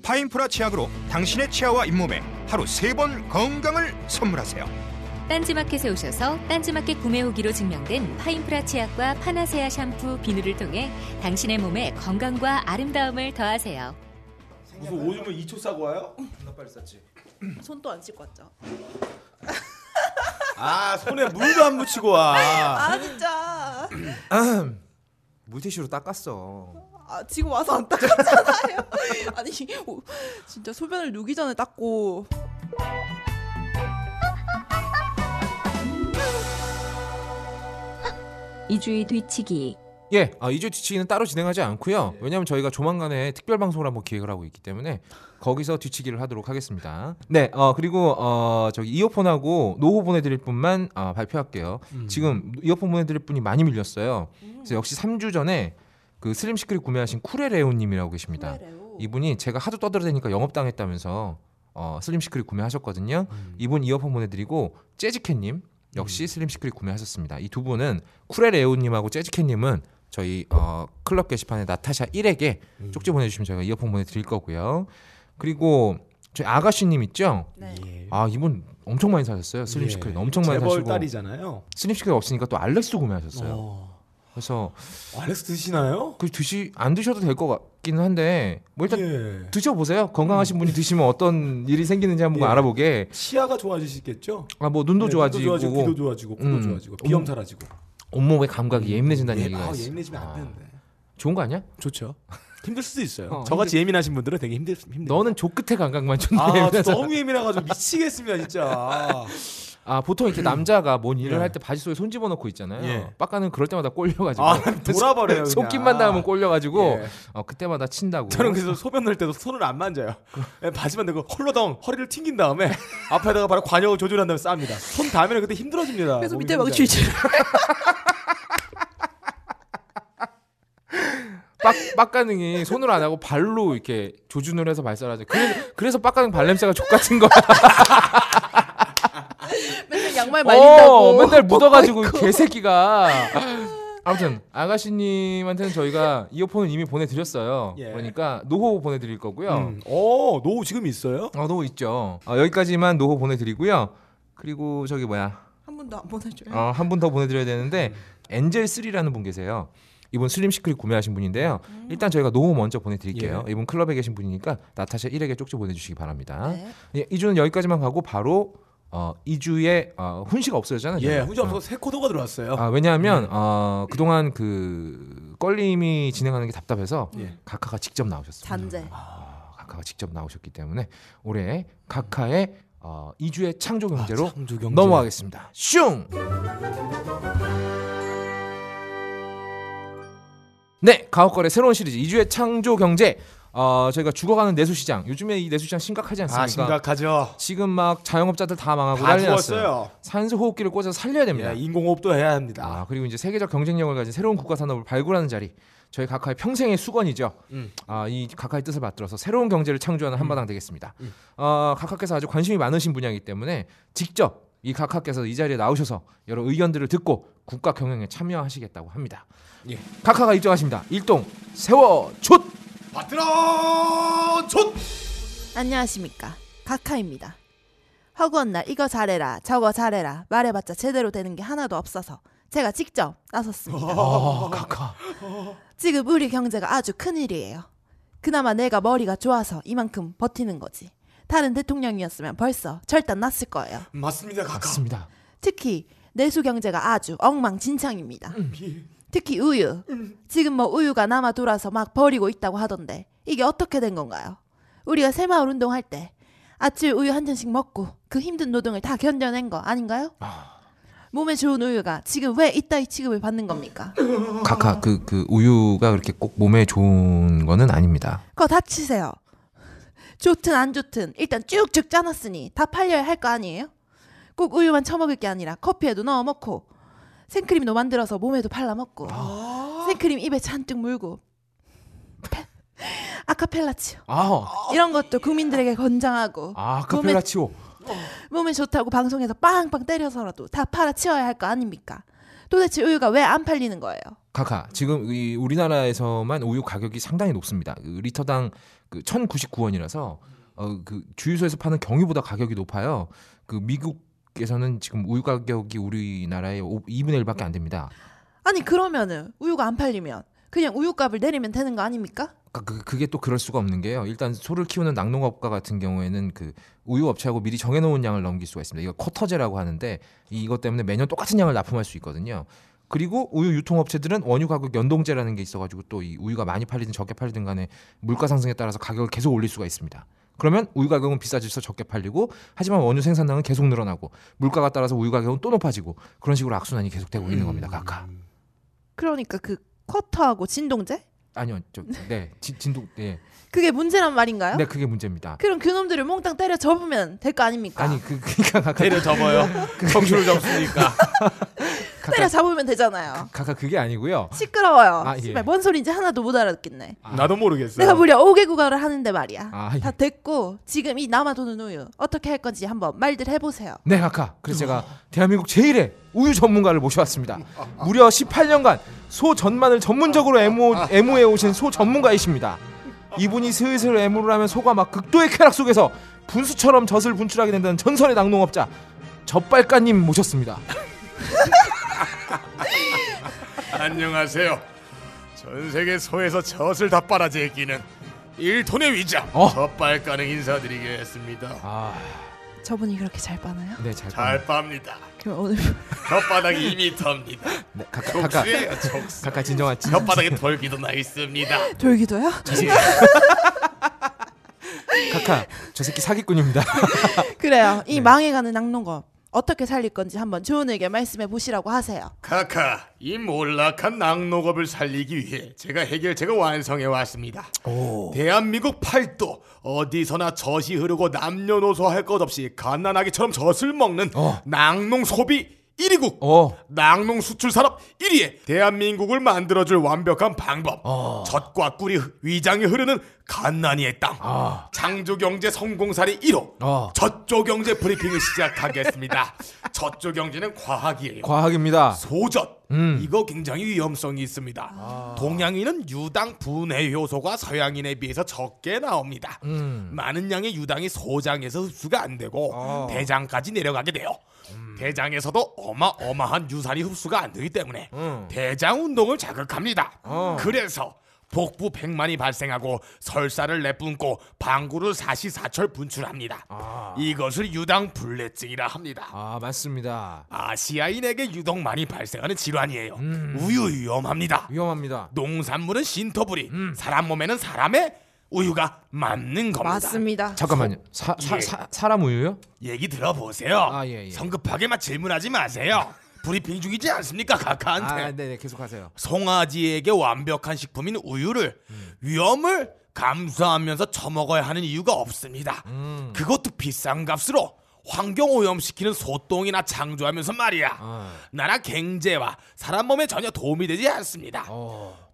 Speaker 6: 파인프라 치약으로 당신의 치아와 잇몸에 하루 세 번 건강을 선물하세요.
Speaker 5: 딴지마켓에 오셔서 딴지마켓 구매 후기로 증명된 파인프라 치약과 파나세아 샴푸 비누를 통해 당신의 몸에 건강과 아름다움을 더하세요.
Speaker 4: 무슨 오줌을 2초 싸고 와요?
Speaker 3: 손도 안 씻고 왔죠.
Speaker 4: [laughs] 아 손에 물도 안 묻히고 와.
Speaker 3: 아 진짜.
Speaker 2: 물티슈로 닦았어.
Speaker 3: 아 지금 와서 안 닦았잖아요. [laughs] 아니 오, 진짜 소변을 누기 전에 닦고.
Speaker 5: 이주의 뒤치기
Speaker 2: 예, 아, 2주 뒤치기는 따로 진행하지 않고요. 왜냐하면 저희가 조만간에 특별 방송을 한번 기획을 하고 있기 때문에 거기서 뒤치기를 하도록 하겠습니다. 네, 어, 그리고 어, 저기 이어폰하고 노후 보내드릴 분만 어, 발표할게요. 지금 이어폰 보내드릴 분이 많이 밀렸어요. 그래서 역시 3주 전에 그 슬림 시크릿 구매하신 쿠레레오님이라고 계십니다. 이분이 제가 하도 떠들어대니까 영업당했다면서 어, 슬림 시크릿 구매하셨거든요.
Speaker 4: 음.
Speaker 2: 이분 이어폰 보내드리고 재즈캣님 역시 슬림 시크릿 구매하셨습니다. 이 두 분은 쿠레레오님하고 재즈캣님은 저희 어, 클럽 게시판에 나타샤 1에게
Speaker 4: 음.
Speaker 2: 쪽지 보내주시면 저희가 이어폰 보내드릴 거고요. 그리고 저희 아가씨님 있죠?
Speaker 3: 네.
Speaker 4: 예.
Speaker 2: 아 이분 엄청 많이 사셨어요. 슬림
Speaker 4: 예.
Speaker 2: 시크릿 엄청 많이
Speaker 4: 재벌
Speaker 2: 사시고
Speaker 4: 딸이잖아요.
Speaker 2: 슬림 시크릿 없으니까 또 알렉스 구매하셨어요.
Speaker 4: 어.
Speaker 2: 그래서
Speaker 4: 알렉스 드시나요?
Speaker 2: 그 드시 안 드셔도 될 것 같기는 한데 뭐 일단
Speaker 4: 예.
Speaker 2: 드셔보세요. 건강하신 분이 드시면 어떤 일이 생기는지 한번
Speaker 4: 예.
Speaker 2: 알아보게.
Speaker 4: 시야가 좋아지시겠죠?
Speaker 2: 아 뭐 눈도
Speaker 4: 네,
Speaker 2: 좋아지고,
Speaker 4: 귀도 좋아지고, 코도
Speaker 2: 음.
Speaker 4: 좋아지고,
Speaker 2: 음.
Speaker 4: 비염 사라지고.
Speaker 2: 온몸의 감각이 예민해진다는 얘기가
Speaker 4: 아,
Speaker 2: 있어.
Speaker 4: 예민해지면 네.
Speaker 2: 아,
Speaker 4: 안 되는데.
Speaker 2: 좋은 거 아니야?
Speaker 4: 좋죠. [laughs] 힘들 수도 있어요.
Speaker 2: 어,
Speaker 4: 저같이 예민하신 분들은 되게 힘들 힘들.
Speaker 2: 너는 조 끝의 감각만 좋네. [laughs]
Speaker 4: 아, 저
Speaker 2: 그래서-
Speaker 4: 너무 예민해가지고 미치겠습니다 [laughs] 진짜.
Speaker 2: 아 보통 이렇게 남자가 뭔 일을
Speaker 4: 예.
Speaker 2: 할 때 바지 속에 손 집어넣고 있잖아요.
Speaker 4: 예.
Speaker 2: 빡가는 그럴 때마다 꼴려가지고
Speaker 4: 아, 돌아버려요.
Speaker 2: [laughs]
Speaker 4: 그냥.
Speaker 2: 손길만 닿으면 꼴려가지고
Speaker 4: 예.
Speaker 2: 어, 그때마다 친다고.
Speaker 4: [laughs] 저는 그래서 소변 넣을 때도 손을 안 만져요. 예, 바지만 넣고 헐러덩 허리를 튕긴 다음에 앞에다가 바로 관역을 조절한 다음에 쌉니다. 손 닿으면 그때 힘들어집니다.
Speaker 3: 그래서
Speaker 4: 몸이
Speaker 3: 밑에 막
Speaker 4: 힘들어요.
Speaker 3: 질질. [laughs]
Speaker 2: 빡 빡가능이 손을 안 하고 발로 이렇게 조준을 해서 발사하죠. 그래서 그래서 빡가능 발냄새가 족 같은 거야.
Speaker 3: 맨날 양말
Speaker 2: 어,
Speaker 3: 말린다고.
Speaker 2: 맨날
Speaker 3: [laughs]
Speaker 2: 묻어가지고 이 개새끼가. 아무튼 아가씨님한테는 저희가 이어폰을 이미 보내드렸어요.
Speaker 4: 예.
Speaker 2: 그러니까 노호 보내드릴 거고요.
Speaker 4: 음. 어, 노우 지금 있어요?
Speaker 2: 어, 노호 있죠. 어, 여기까지만 노호 보내드리고요. 그리고 저기 뭐야
Speaker 3: 한 번도 안 보내줘요.
Speaker 2: 어, 한 분 더 보내드려야
Speaker 4: 음.
Speaker 2: 되는데 엔젤 3라는 분 계세요. 이분 슬림 시크릿 구매하신 분인데요.
Speaker 3: 음.
Speaker 2: 일단 저희가 노호 먼저 보내드릴게요.
Speaker 4: 예.
Speaker 2: 이분 클럽에 계신 분이니까 나타샤 1에게 쪽지 보내주시기 바랍니다.
Speaker 3: 네.
Speaker 2: 예, 2주는 여기까지만 가고 바로 어, 2주에 어, 훈시가 없어졌잖아요.
Speaker 4: 예,
Speaker 2: 저희가.
Speaker 4: 훈시 없어서 새 코너가 들어왔어요. 음.
Speaker 2: 아, 왜냐하면 어, 그동안 그 껄림이 진행하는 게 답답해서
Speaker 4: 예.
Speaker 2: 각하가 직접 나오셨어요.
Speaker 3: 잔재.
Speaker 2: 아, 각하가 직접 나오셨기 때문에 올해 각하의 어, 2주의 창조 경제로
Speaker 4: 창조 아, 경제.
Speaker 2: 넘어가겠습니다. 슝! 네, 가옥걸의 새로운 시리즈 2주의 창조 경제. 어, 저희가 죽어가는 내수시장. 요즘에 이 내수시장 심각하지 않습니까?
Speaker 4: 아, 심각하죠.
Speaker 2: 지금 막 자영업자들 다 망하고
Speaker 4: 다
Speaker 2: 난리 났어요.
Speaker 4: 죽었어요.
Speaker 2: 산소 호흡기를 꽂아서 살려야 됩니다.
Speaker 4: 예, 인공호흡도
Speaker 2: [laughs]
Speaker 4: 해야 합니다.
Speaker 2: 아, 그리고 이제 세계적 경쟁력을 가진 새로운 국가 산업을 발굴하는 자리. 저희 각하의 평생의 수건이죠.
Speaker 4: 음.
Speaker 2: 아, 이 각하의 뜻을 받들어서 새로운 경제를 창조하는 한마당 되겠습니다. 어, 각하께서 아주 관심이 많으신 분야이기 때문에 직접 이 각하께서 이 자리에 나오셔서 여러 의견들을 듣고 국가 경영에 참여하시겠다고 합니다.
Speaker 4: 예.
Speaker 2: 각하가 입장하십니다. 일동 세워 촛.
Speaker 4: 바트라 촌.
Speaker 3: 안녕하십니까. 카카입니다. 허구한 날 이거 잘해라 저거 잘해라 말해봤자 제대로 되는 게 하나도 없어서 제가 직접 나섰습니다.
Speaker 2: 아, 각하.
Speaker 3: 지금 우리 경제가 아주 큰일이에요. 그나마 내가 머리가 좋아서 이만큼 버티는 거지. 다른 대통령이었으면 벌써 절단 났을 거예요.
Speaker 4: 맞습니다, 각하.
Speaker 2: 맞습니다.
Speaker 3: 특히 내수 경제가 아주 엉망진창입니다. 특히 우유. 지금 뭐 우유가 남아 돌아서 막 버리고 있다고 하던데 이게 어떻게 된 건가요? 우리가 새마을 운동할 때 아침 우유 한 잔씩 먹고 그 힘든 노동을 다 견뎌낸 거 아닌가요? 몸에 좋은 우유가 지금 왜 이따위 취급을 받는 겁니까?
Speaker 2: 각하 그 그 우유가 그렇게 꼭 몸에 좋은 거는 아닙니다.
Speaker 3: 그거 다 치세요. [laughs] 좋든 안 좋든 일단 쭉쭉 짜놨으니 다 팔려야 할 거 아니에요? 꼭 우유만 처먹을 게 아니라 커피에도 넣어 먹고 생크림도 만들어서 몸에도 발라 먹고 생크림 입에 잔뜩 물고 [laughs] 페- 아카펠라치오
Speaker 2: 아,
Speaker 3: 이런 것도 국민들에게 권장하고
Speaker 2: 아,
Speaker 3: 몸에
Speaker 2: 카펠라치오.
Speaker 3: 몸에 좋다고 방송에서 빵빵 때려서라도 다 팔아치워야 할 거 아닙니까? 도대체 우유가 왜 안 팔리는 거예요?
Speaker 2: 카카 지금 이 우리나라에서만 우유 가격이 상당히 높습니다. 그 리터당 그 1,099원이라서 어 그 주유소에서 파는 경유보다 가격이 높아요. 그 미국에서는 지금 우유 가격이 우리나라의 2분의 1밖에 안 됩니다.
Speaker 3: 아니 그러면은 우유가 안 팔리면 그냥 우유값을 내리면 되는 거 아닙니까?
Speaker 2: 그- 그- 그게 또 그럴 수가 없는 게요. 일단 소를 키우는 낙농업가 같은 경우에는 그 우유 업체하고 미리 정해놓은 양을 넘길 수가 있습니다. 이거 쿼터제라고 하는데 이것 때문에 매년 똑같은 양을 납품할 수 있거든요. 그리고 우유 유통업체들은 원유 가격 연동제라는 게 있어가지고 또 이 우유가 많이 팔리든 적게 팔리든 간에 물가 상승에 따라서 가격을 계속 올릴 수가 있습니다. 그러면 우유 가격은 비싸질수록 적게 팔리고 하지만 원유 생산량은 계속 늘어나고 물가가 따라서 우유 가격은 또 높아지고 그런 식으로 악순환이 계속되고 있는 겁니다. 각하.
Speaker 3: 그러니까 그 커터하고 진동제?
Speaker 2: 아니요, 저네 진동 네,
Speaker 3: 그게 문제란 말인가요?
Speaker 2: 네 그게 문제입니다.
Speaker 3: 그럼 그놈들을 몽땅 때려 접으면 될 거 아닙니까?
Speaker 2: 아니 그 그니까 각각
Speaker 1: 때려 접어요.
Speaker 2: 그
Speaker 1: 정수를 접으니까.
Speaker 3: 때려 잡으면 되잖아요.
Speaker 2: 각각 그게 아니고요.
Speaker 3: 시끄러워요.
Speaker 2: 아, 예.
Speaker 3: 씨발, 뭔 소리인지 하나도 못 알아듣겠네.
Speaker 1: 나도 모르겠어요.
Speaker 3: 내가 무려 5개 국어를 하는데 말이야.
Speaker 2: 아, 예.
Speaker 3: 다 됐고 지금 이 남아도는 우유 어떻게 할 건지 한번 말들 해보세요.
Speaker 2: 네, 아까 그래서 제가 대한민국 제일의 우유 전문가를 모셔왔습니다. 무려 18년간 소 전만을 전문적으로 애모, 애모해 오신 소 전문가이십니다. 이분이 슬슬 애모를 하면 소가 막 극도의 쾌락 속에서 분수처럼 젖을 분출하게 된다는 전설의 낙농업자 젖발가님 모셨습니다.
Speaker 1: 안녕하세요. 전 세계 소에서 젖을 다 빨아제끼는 1톤의 위장
Speaker 2: 어.
Speaker 1: 젖발 가능 인사드리겠습니다.
Speaker 2: 아,
Speaker 3: 저분이 그렇게 잘 빠나요?
Speaker 2: 네, 잘, 봤네요.
Speaker 1: 잘 빱니다.
Speaker 3: 그럼 오늘 [laughs]
Speaker 1: 혓바닥
Speaker 2: [laughs]
Speaker 1: 2m입니다.
Speaker 2: 네, 각각 각각
Speaker 1: 족수예요, 족수.
Speaker 2: 각각 진정한 진,
Speaker 1: 혓바닥에 덜기도 나 있습니다.
Speaker 3: 돌기도요? [laughs]
Speaker 2: 각각 저 새끼 사기꾼입니다.
Speaker 3: 그래요.
Speaker 2: 네.
Speaker 3: 이 망해가는 낙농업 어떻게 살릴 건지 한번 좋은 의견 말씀해 보시라고 하세요.
Speaker 1: 카카, 이 몰락한 낙농업을 살리기 위해 제가 해결책을 완성해 왔습니다. 대한민국 팔도 어디서나 젖이 흐르고 남녀노소 할 것 없이 갓난아기처럼 젖을 먹는
Speaker 2: 어.
Speaker 1: 낙농 소비 1위국.
Speaker 2: 어,
Speaker 1: 낙농 수출 산업 1위에 대한민국을 만들어줄 완벽한 방법. 젖과 꿀이 흐- 위장이 흐르는 갓난이의 땅.
Speaker 2: 아.
Speaker 1: 창조 경제 성공사리 1호.
Speaker 2: 어.
Speaker 1: 젖조 경제 브리핑을 시작하겠습니다. 젖조 경제는 과학이에요.
Speaker 2: 과학입니다.
Speaker 1: 소젖
Speaker 2: 음.
Speaker 1: 이거 굉장히 위험성이 있습니다. 동양인은 유당 분해 효소가 서양인에 비해서 적게 나옵니다. 많은 양의 유당이 소장에서 흡수가 안 되고 대장까지 내려가게 돼요. 대장에서도 어마어마한 유산이 흡수가 안 되기 때문에 대장 운동을 자극합니다. 그래서 복부 백만이 발생하고 설사를 내뿜고 방구를 사시사철 분출합니다. 이것을 유당 불내증이라 합니다.
Speaker 2: 아, 맞습니다.
Speaker 1: 아시아인에게 유독 많이 발생하는 질환이에요.
Speaker 2: 음.
Speaker 1: 우유 위험합니다.
Speaker 2: 위험합니다.
Speaker 1: 농산물은 신터불이,
Speaker 2: 음.
Speaker 1: 사람 몸에는 사람의 우유가 맞는 겁니다.
Speaker 3: 맞습니다.
Speaker 2: 잠깐만요. 사, 사,
Speaker 1: 예.
Speaker 2: 사, 사람 우유요?
Speaker 1: 얘기 들어보세요.
Speaker 2: 아, 예, 예.
Speaker 1: 성급하게만 질문하지
Speaker 2: [laughs]
Speaker 1: 마세요. 브리핑 중이지 않습니까, 카카한테?
Speaker 2: 아, 네네 계속하세요.
Speaker 1: 송아지에게 완벽한 식품인 우유를 위험을 감수하면서 처먹어야 하는 이유가 없습니다. 그것도 비싼 값으로 환경 오염시키는 소똥이나 창조하면서 말이야. 나라 경제와 사람 몸에 전혀 도움이 되지 않습니다.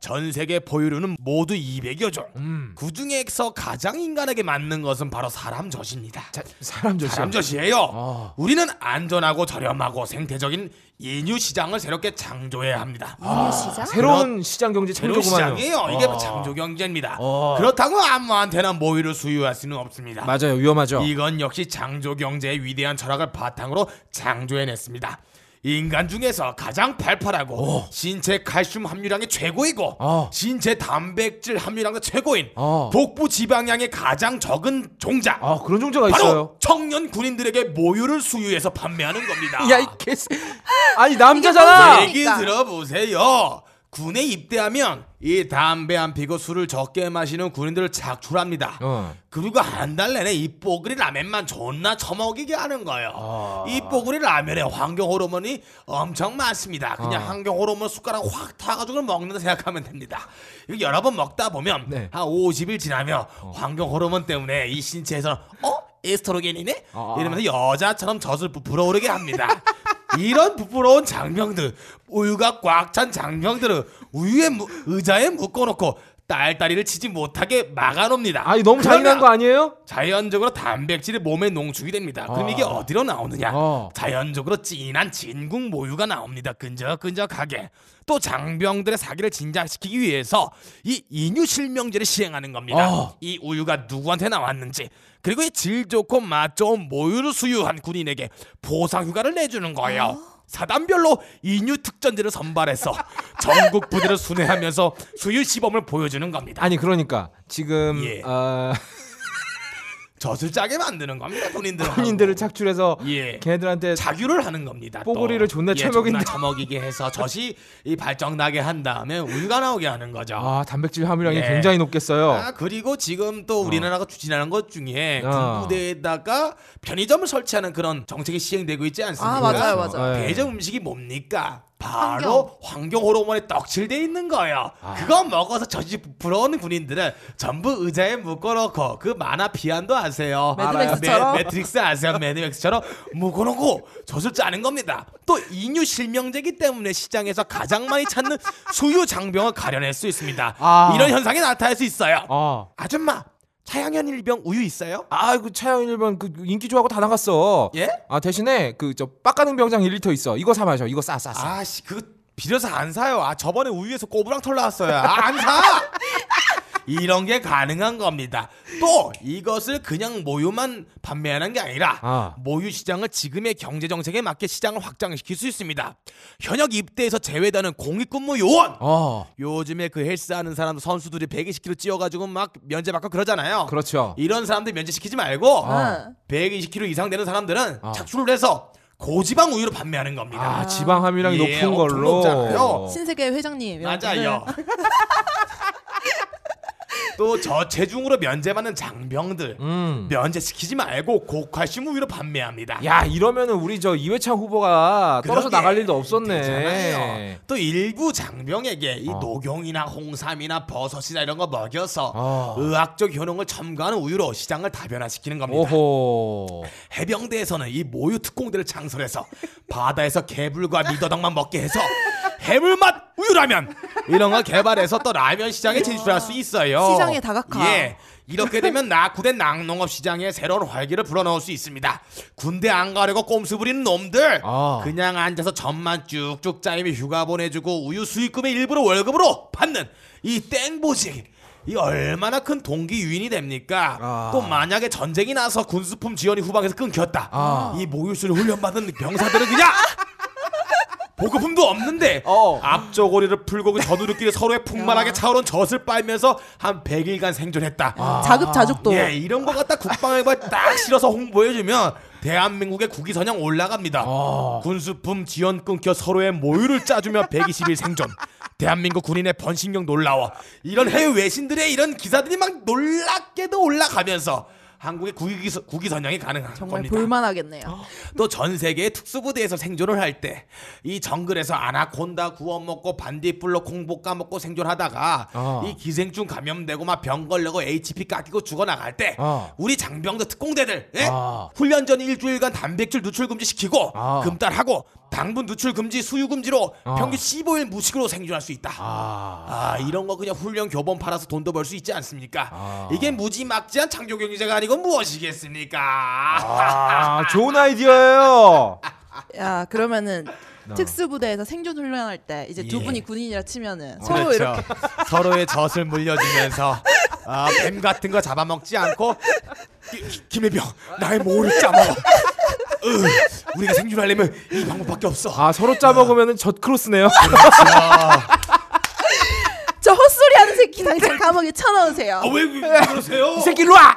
Speaker 1: 전 세계 포유류는 모두 200여 종. 그 중에서 가장 인간에게 맞는 것은 바로 사람 젖입니다.
Speaker 2: 자, 사람 조심.
Speaker 1: 사람 젖이에요.
Speaker 2: 어.
Speaker 1: 우리는 안전하고 저렴하고 생태적인 인유 시장을 새롭게 창조해야 합니다.
Speaker 3: 시작.
Speaker 2: 새로운 시장 경제
Speaker 1: 제로
Speaker 2: 창조구만요.
Speaker 1: 시장이에요. 이게 창조 경제입니다.
Speaker 2: 어.
Speaker 1: 그렇다고 아무한테나 모이를 수유할 수는 없습니다.
Speaker 2: 맞아요. 위험하죠.
Speaker 1: 이건 역시 창조 경제의 위대한 철학을 바탕으로 창조해냈습니다. 인간 중에서 가장 팔팔하고 신체 칼슘 함유량이 최고이고
Speaker 2: 어.
Speaker 1: 신체 단백질 함유량도 최고인
Speaker 2: 어.
Speaker 1: 복부 지방량이 가장 적은 종자
Speaker 2: 아, 그런 종자가
Speaker 1: 바로
Speaker 2: 있어요.
Speaker 1: 청년 군인들에게 모유를 수유해서 판매하는 겁니다.
Speaker 2: 야, 이 개새. 아니, 남자잖아.
Speaker 3: 이게
Speaker 1: 얘기
Speaker 3: 그러니까.
Speaker 1: 들어보세요. 군에 입대하면 이 담배 안 피고 술을 적게 마시는 군인들을 착출합니다.
Speaker 2: 어.
Speaker 1: 그리고 한 달 내내 이 뽀글이 라면만 존나 처먹이게 하는 거예요. 이 뽀글이 라면에 환경 호르몬이 엄청 많습니다. 그냥
Speaker 2: 어.
Speaker 1: 환경 호르몬 숟가락 확 타가지고 먹는다 생각하면 됩니다. 이거 여러 번 먹다 보면
Speaker 2: 네.
Speaker 1: 한 50일 지나면 환경 호르몬 때문에 이 신체에서 어? 에스트로겐이네?
Speaker 2: 어.
Speaker 1: 이러면서 여자처럼 젖을 부풀어 오르게 합니다. [laughs] 이런 부풀어온 장병들, 우유가 꽉 찬 장병들을 우유에 무- 의자에 묶어놓고 딸다리를 치지 못하게 막아놉니다.
Speaker 2: 아니, 너무 잔인한
Speaker 1: 그러면
Speaker 2: 거 아니에요?
Speaker 1: 자연적으로 단백질이 몸에 농축이 됩니다. 그럼
Speaker 2: 아.
Speaker 1: 이게 어디로 나오느냐?
Speaker 2: 어.
Speaker 1: 자연적으로 진한 진국 모유가 나옵니다. 끈적끈적하게. 또 장병들의 사기를 진작시키기 위해서 이 인유 실명제를 시행하는 겁니다.
Speaker 2: 어.
Speaker 1: 이 우유가 누구한테 나왔는지 그리고 이 질 좋고 맛 좋은 모유를 수유한 군인에게 보상 휴가를 내주는 거예요. 사단별로 인유 특전제를 선발해서 전국 부대를 순회하면서 수유 시범을 보여주는 겁니다.
Speaker 2: 아니, 그러니까 지금
Speaker 1: 예.
Speaker 2: 아,
Speaker 1: 젖을 짜게 만드는 겁니다. 군인들
Speaker 2: 군인들을 착출해서
Speaker 1: 예.
Speaker 2: 걔네들한테
Speaker 1: 자규를 하는 겁니다. 또.
Speaker 2: 뽀글이를 존나
Speaker 1: 예,
Speaker 2: 처먹인다.
Speaker 1: 존나 처먹이게 해서 젖이 이 발정 나게 한 다음에 우유가 나오게 하는 거죠.
Speaker 2: 아, 단백질 함유량이
Speaker 1: 예.
Speaker 2: 굉장히 높겠어요.
Speaker 1: 아, 그리고 지금 또 우리나라가 추진하는 것 중에
Speaker 2: 어.
Speaker 1: 군부대에다가 편의점을 설치하는 그런 정책이 시행되고 있지 않습니까?
Speaker 3: 아 맞아요
Speaker 2: 그렇죠.
Speaker 3: 맞아요.
Speaker 2: 예.
Speaker 1: 대전 음식이 뭡니까? 바로 환경 호르몬에 떡칠돼 있는 거예요.
Speaker 2: 아.
Speaker 1: 그거 먹어서 저지 부러운 군인들은 전부 의자에 묶어놓고 그 만화 비안도 아세요.
Speaker 3: 매드맥스처럼?
Speaker 1: 매- 매트릭스 아세요? 매드맥스처럼 묶어놓고 젖을 짜는 겁니다. 또 인유 실명제기 때문에 시장에서 가장 많이 찾는 수유 장병을 가려낼 수 있습니다.
Speaker 2: 아.
Speaker 1: 이런 현상이 나타날 수 있어요.
Speaker 2: 아,
Speaker 1: 아줌마 차양현 일병 우유 있어요?
Speaker 2: 아이고 차영 일번 그 인기 좋아하고 다 나갔어.
Speaker 1: 예?
Speaker 2: 아 대신에 그 저 빡가능 병장 1리터 있어. 이거 사 마셔. 이거 싸 싸 싸.
Speaker 1: 아씨 그거 빌려서 안 사요. 아 저번에 우유에서 꼬부랑 털 나왔어요. 아, 안 사. [laughs] 이런 게 가능한 겁니다. 또 이것을 그냥 모유만 판매하는 게 아니라
Speaker 2: 아.
Speaker 1: 모유 시장을 지금의 경제 정책에 맞게 시장을 확장시킬 수 있습니다. 현역 입대에서 제외되는 공익근무 요원.
Speaker 2: 어,
Speaker 1: 요즘에 그 헬스하는 사람 선수들이 120kg 찌어가지고 막 면제받고 그러잖아요.
Speaker 2: 그렇죠.
Speaker 1: 이런 사람들 면제시키지 말고
Speaker 3: 아.
Speaker 1: 120kg 이상 되는 사람들은
Speaker 2: 아.
Speaker 1: 착수를 해서 고지방 우유로 판매하는 겁니다.
Speaker 2: 아 지방 함유량이
Speaker 1: 예,
Speaker 2: 높은
Speaker 1: 엄청
Speaker 2: 걸로.
Speaker 1: 높잖아요.
Speaker 3: 어. 신세계 회장님.
Speaker 1: 맞아요.
Speaker 2: [laughs]
Speaker 3: 여러분들.
Speaker 1: 또 저체중으로 면제받는 장병들
Speaker 2: 음.
Speaker 1: 면제시키지 말고 고칼슘 우유로 판매합니다.
Speaker 2: 야 이러면은 우리 저 이회창 후보가 떨어져
Speaker 1: 그러게.
Speaker 2: 나갈 일도 없었네.
Speaker 1: 되잖아요. 또 일부 장병에게 이
Speaker 2: 어.
Speaker 1: 녹용이나 홍삼이나 버섯이나 이런 거 먹여서
Speaker 2: 어.
Speaker 1: 의학적 효능을 첨가하는 우유로 시장을 다변화시키는 겁니다.
Speaker 2: 오호.
Speaker 1: 해병대에서는 이 모유 특공대를 창설해서 바다에서 개불과 미더덕만 먹게 해서 해물맛 우유라면 이런 걸 개발해서 또 라면 시장에 진출할 수 있어요.
Speaker 3: 시장에 다각화.
Speaker 1: 예. 이렇게 되면 낙후된 낙농업 시장에 새로운 활기를 불어넣을 수 있습니다. 군대 안 가려고 꼼수 부리는 놈들
Speaker 2: 아.
Speaker 1: 그냥 앉아서 점만 쭉쭉 짜이며 휴가 보내주고 우유 수익금의 일부를 월급으로 받는 이 땡보직 이 얼마나 큰 동기 유인이 됩니까?
Speaker 2: 아.
Speaker 1: 또 만약에 전쟁이 나서 군수품 지원이 후방에서 끊겼다.
Speaker 2: 아.
Speaker 1: 이 모유수를 훈련받은 병사들은
Speaker 2: [laughs]
Speaker 1: 그냥 보급품도 없는데
Speaker 2: 어.
Speaker 1: 앞저고리를 풀고 그
Speaker 3: [laughs]
Speaker 1: 전우들끼리 서로의 풍만하게 차오른 젖을 빨면서 한 100일간 생존했다.
Speaker 3: 아. 자급자족도.
Speaker 1: 예, 이런 거 갖다 국방위가 딱 실어서 홍보해주면 대한민국의 국위선양 올라갑니다.
Speaker 3: 아.
Speaker 1: 군수품 지원 끊겨 서로의 모유를 짜주며 120일 생존. 대한민국 군인의 번식력 놀라워. 이런 해외 외신들의 이런 기사들이 막 놀랍게도 올라가면서 한국의 국위, 국위선양이 가능한
Speaker 3: 정말
Speaker 1: 겁니다.
Speaker 3: 볼만하겠네요.
Speaker 2: 아.
Speaker 1: 또 전 세계의 특수부대에서 생존을 할 때 이 정글에서 아나콘다 구워 먹고 반딧불로 콩볶 까먹고 생존하다가
Speaker 2: 어.
Speaker 1: 이 기생충 감염되고 막 병 걸리고 HP 깎이고 죽어나갈 때
Speaker 2: 어.
Speaker 1: 우리 장병들 특공대들 예?
Speaker 2: 아.
Speaker 1: 훈련 전 일주일간 단백질 누출 금지 시키고
Speaker 2: 아.
Speaker 1: 금달하고 당분 누출 금지 수유 금지로
Speaker 2: 어.
Speaker 1: 평균 15일 무식으로 생존할 수 있다. 아 이런 거 그냥 훈련 교본 팔아서 돈도 벌 수 있지 않습니까?
Speaker 2: 아.
Speaker 1: 이게 무지막지한 창조 경제가 아니고 무엇이겠습니까?
Speaker 2: 아 좋은 아이디어예요.
Speaker 3: 야 그러면은 특수부대에서 생존 훈련할 때 이제 두
Speaker 1: 예.
Speaker 3: 분이 군인이라
Speaker 2: 아,
Speaker 3: 치면은 서로
Speaker 1: 어,
Speaker 2: 그렇죠.
Speaker 3: 이렇게
Speaker 1: 그렇죠. 서로의 젖을 물려주면서 아, 뱀 같은 거 잡아먹지 않고 기- 기- 김혜병 나의 모를 짜먹어 으, 우리가 생존하려면 이 방법밖에 없어
Speaker 2: 아 서로 짜먹으면은 젖 크로스네요. [laughs]
Speaker 3: 저 헛소리 하는 새끼 당장 감옥에 쳐넣으세요.
Speaker 1: 아, 왜, 왜 그러세요?
Speaker 2: 이 새끼 일로 와.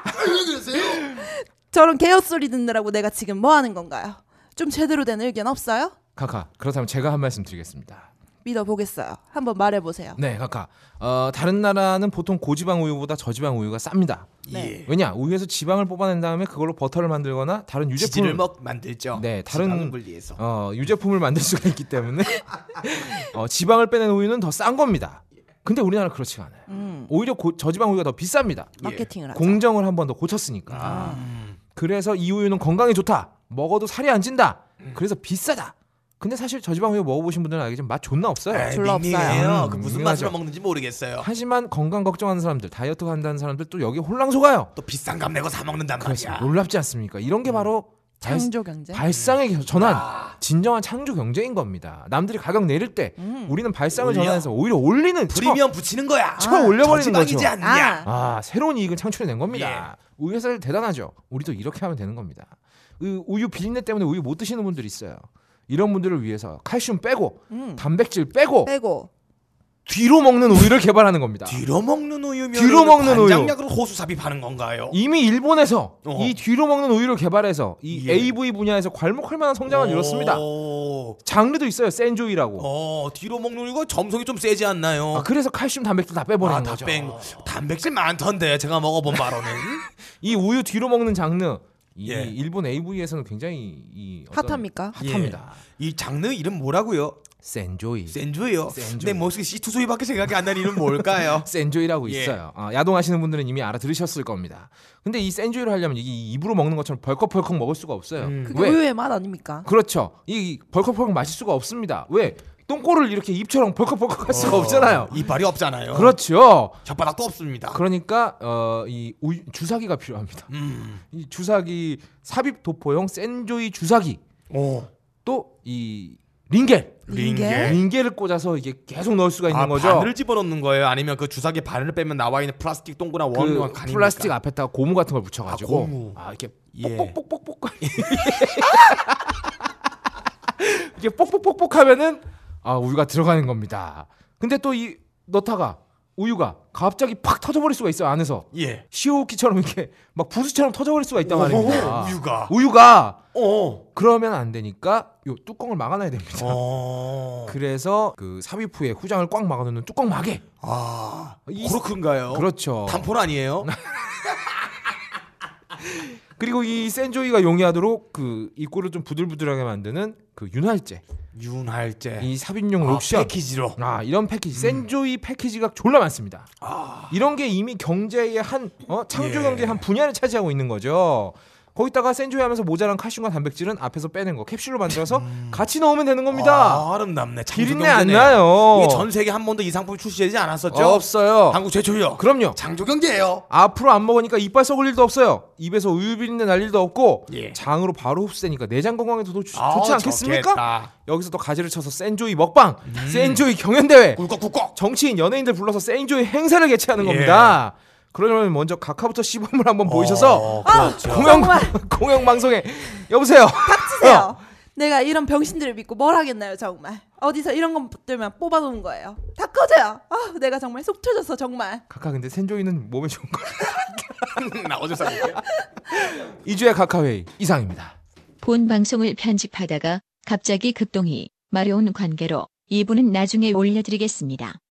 Speaker 3: 저런 개헛소리 듣느라고 내가 지금 뭐 하는 건가요? 좀 제대로 된 의견 없어요?
Speaker 2: 카카 그렇다면 제가 한 말씀 드리겠습니다.
Speaker 3: 믿어보겠어요. 한번 말해보세요.
Speaker 2: 네 카카 어, 다른 나라는 보통 고지방 우유보다 저지방 우유가 쌉니다.
Speaker 1: 예.
Speaker 2: 왜냐 우유에서 지방을 뽑아낸 다음에 그걸로 버터를 만들거나 다른
Speaker 1: 지질을
Speaker 2: 유제품을
Speaker 1: 먹 만들죠
Speaker 2: 네, 다른-
Speaker 1: 어, 지방을 분리해서
Speaker 2: 어, 유제품을 만들 수가
Speaker 1: [laughs]
Speaker 2: 있기 때문에 어, 지방을 빼낸 우유는 더 싼 겁니다. 근데 우리나라 는 그렇지가 않아요.
Speaker 3: 음, 예.
Speaker 2: 오히려 고- 저지방 우유가 더 비쌉니다.
Speaker 3: 마케팅을 하자.
Speaker 2: 예. 공정을 한 번 더 고쳤으니까.
Speaker 3: 아.
Speaker 2: 그래서 이 우유는 건강에 좋다. 먹어도 살이 안 찐다. 그래서 비싸다. 근데 사실 저지방 우유 먹어보신 분들은 알겠지만 맛 존나 없어요.
Speaker 1: 에이,
Speaker 3: 졸라
Speaker 1: 밍밍해요.
Speaker 2: 아, 없어요.
Speaker 1: 네, 그 무슨
Speaker 2: 음,
Speaker 1: 맛으로
Speaker 2: 맞아.
Speaker 1: 먹는지 모르겠어요
Speaker 2: 하지만 건강 걱정하는 사람들, 다이어트 한다는 사람들 또 여기 홀랑 속아요.
Speaker 1: 또 비싼 값 내고 사 먹는단
Speaker 2: 그렇습니다.
Speaker 1: 말이야
Speaker 2: 놀랍지 않습니까? 이런 게 바로 발-
Speaker 3: 음. 창조 경제.
Speaker 2: 발상의 겨- 전환,
Speaker 1: 아.
Speaker 2: 진정한 창조 경제인 겁니다. 남들이 가격 내릴 때
Speaker 3: 음.
Speaker 2: 우리는 발상을
Speaker 1: 올려.
Speaker 2: 전환해서 오히려 올리는
Speaker 1: 프리미엄 붙이는 거야
Speaker 2: 쳐 올려버리는
Speaker 1: 저지방이지
Speaker 2: 거죠.
Speaker 1: 않냐
Speaker 3: 아.
Speaker 2: 아 새로운 이익을 창출해낸 겁니다.
Speaker 1: 예.
Speaker 2: 우유 회사들 대단하죠. 우리도 이렇게 하면 되는 겁니다. 그 우유 비린내 때문에 우유 못 드시는 분들 있어요. 이런 분들을 위해서 칼슘 빼고
Speaker 3: 음.
Speaker 2: 단백질 빼고
Speaker 3: 빼고
Speaker 2: 뒤로 먹는 우유를 개발하는 겁니다.
Speaker 1: 뒤로 먹는 우유면
Speaker 2: 뒤로 먹는 우유.
Speaker 1: 간장약으로 호수 삽입하는 건가요?
Speaker 2: 이미 일본에서
Speaker 1: 어.
Speaker 2: 이 뒤로 먹는 우유를 개발해서 이
Speaker 1: 예.
Speaker 2: AV 분야에서 괄목할 만한 성장을 이뤘습니다.
Speaker 1: 오.
Speaker 2: 장르도 있어요. 센조이라고.
Speaker 1: 어 뒤로 먹는 이거 점성이 좀 세지 않나요?
Speaker 2: 아, 그래서 칼슘 단백질 다 빼버리는
Speaker 1: 아, 다
Speaker 2: 거죠.
Speaker 1: 뺀 거. 단백질 많던데 제가 먹어본 바로는
Speaker 2: [laughs] 이 우유 뒤로 먹는 장르 이
Speaker 1: 예.
Speaker 2: 일본 AV에서는 굉장히 이 어떤- 예.
Speaker 3: 핫합니까?
Speaker 2: 핫합니다.
Speaker 1: 이 장르 이름 뭐라고요?
Speaker 2: 센조이.
Speaker 1: 예. 센조이요.
Speaker 2: 센조이.
Speaker 1: 내 머릿속에 시투소이밖에 생각이 안 나는 이름 뭘까요?
Speaker 2: 센조이라고
Speaker 1: 예.
Speaker 2: 있어요. 어, 야동하시는 분들은 이미 알아들으셨을 겁니다. 근데 이 센조이를 하려면 이게 입으로 먹는 것처럼 벌컥벌컥 먹을 수가 없어요.
Speaker 3: 음. 그게
Speaker 2: 왜?
Speaker 3: 우유의 맛 아닙니까?
Speaker 2: 그렇죠. 이 벌컥벌컥 마실 수가 없습니다. 왜? 똥꼬를 이렇게 입처럼 벌컥벌컥 할 수가 [laughs] 없잖아요.
Speaker 1: 어. 이빨이 없잖아요.
Speaker 2: 그렇죠.
Speaker 1: 혓바닥도 없습니다.
Speaker 2: 그러니까 어, 이 우유- 주사기가 필요합니다.
Speaker 1: 음.
Speaker 2: 이 주사기 삽입 도포용 센조이 주사기
Speaker 1: 오.
Speaker 2: 또 이 링겔 예.
Speaker 3: 링겔?
Speaker 2: 링겔을 꽂아서 이게 계속 넣을 수가 있는
Speaker 1: 아,
Speaker 2: 거죠. 그
Speaker 1: 바늘 집어넣는 거예요? 아니면 그 주사기 바늘 빼면 나와 있는 플라스틱 동그란
Speaker 2: 그
Speaker 1: 원관 간입니까?
Speaker 2: 플라스틱 앞에다가 고무 같은 걸 붙여가지고
Speaker 1: 아, 고무.
Speaker 2: 이렇게
Speaker 1: 예.
Speaker 2: 뽁뽁뽁뽁 [laughs] 이게 뽁뽁뽁뽁 하면은 아 우유가 들어가는 겁니다. 근데 또 이 넣다가 우유가 갑자기 팍 터져버릴 수가 있어요 안에서
Speaker 1: 예.
Speaker 2: 시오키처럼 이렇게 막 부수처럼 터져버릴 수가 있단 말입니다.
Speaker 1: 오, 우유가.
Speaker 2: 우유가
Speaker 1: 어.
Speaker 2: 그러면 안 되니까 요 뚜껑을 막아놔야 됩니다.
Speaker 1: 어.
Speaker 2: [laughs] 그래서 그 삽입 후에 후장을 꽉 막아놓는 뚜껑 마개
Speaker 1: 아.
Speaker 2: 이-
Speaker 1: 그렇군가요?
Speaker 2: 그렇죠.
Speaker 1: 단폰
Speaker 2: [laughs]
Speaker 1: 아니에요?
Speaker 2: 그리고 이 센조이가 용이하도록 그 입구를 좀 부들부들하게 만드는 그 윤활제,
Speaker 1: 윤활제.
Speaker 2: 이 삽입용
Speaker 1: 아,
Speaker 2: 록션,
Speaker 1: 패키지로. 음.
Speaker 2: 아 이런 패키지, 센조이 패키지가 졸라 많습니다. 이런 게 이미 경제의 한 어, 창조
Speaker 1: 아. 예.
Speaker 2: 경제의 한 분야를 차지하고 있는 거죠. 거기다가 센조이 하면서 모자란 칼슘과 단백질은 앞에서 빼낸 거 캡슐로 만들어서 같이 넣으면 되는 겁니다.
Speaker 1: 음. 아, 아름답네. 참
Speaker 2: 비린내 안
Speaker 1: 조경제네요.
Speaker 2: 나요.
Speaker 1: 이게 전 세계 한 번도 이 상품이 출시되지 않았었죠?
Speaker 2: 없어요.
Speaker 1: 그렇죠. 한국 최초요.
Speaker 2: 아, 그럼요.
Speaker 1: 장조경제예요.
Speaker 2: 앞으로 안 먹으니까 이빨 썩을 일도 없어요. 입에서 우유 비린내 날 일도 없고
Speaker 1: 예.
Speaker 2: 장으로 바로 흡수되니까 내장 건강에도 좋- 좋지
Speaker 1: 아우,
Speaker 2: 않겠습니까?
Speaker 1: 좋겠다. 음.
Speaker 2: 여기서 또 가지를 쳐서 센조이 먹방, 센조이 경연대회,
Speaker 1: 꿀꺽꿀꺽.
Speaker 2: 정치인 연예인들 불러서 센조이 행사를
Speaker 1: 예.
Speaker 2: 개최하는 겁니다. 그러려면 먼저 각하부터 시범을 한번
Speaker 1: 어,
Speaker 2: 보이셔서
Speaker 3: 아,
Speaker 1: 그렇죠.
Speaker 2: 공영
Speaker 3: 정말
Speaker 2: [laughs] 공영 방송에 여보세요. [laughs]
Speaker 3: 닥치세요. 내가 이런 병신들을 믿고 뭘 하겠나요, 정말. 어디서 이런 것들만 뽑아놓은 거예요. 다 꺼져요. 아, 내가 정말 속 터져서 정말.
Speaker 2: 각하 근데 센조이는 몸에 좋은 거.
Speaker 1: 나 어제 샀는데.
Speaker 2: 이주의 각하 회의 이상입니다.
Speaker 5: 본 방송을 편집하다가 갑자기 급동이 마려운 관계로 이분은 나중에 올려드리겠습니다.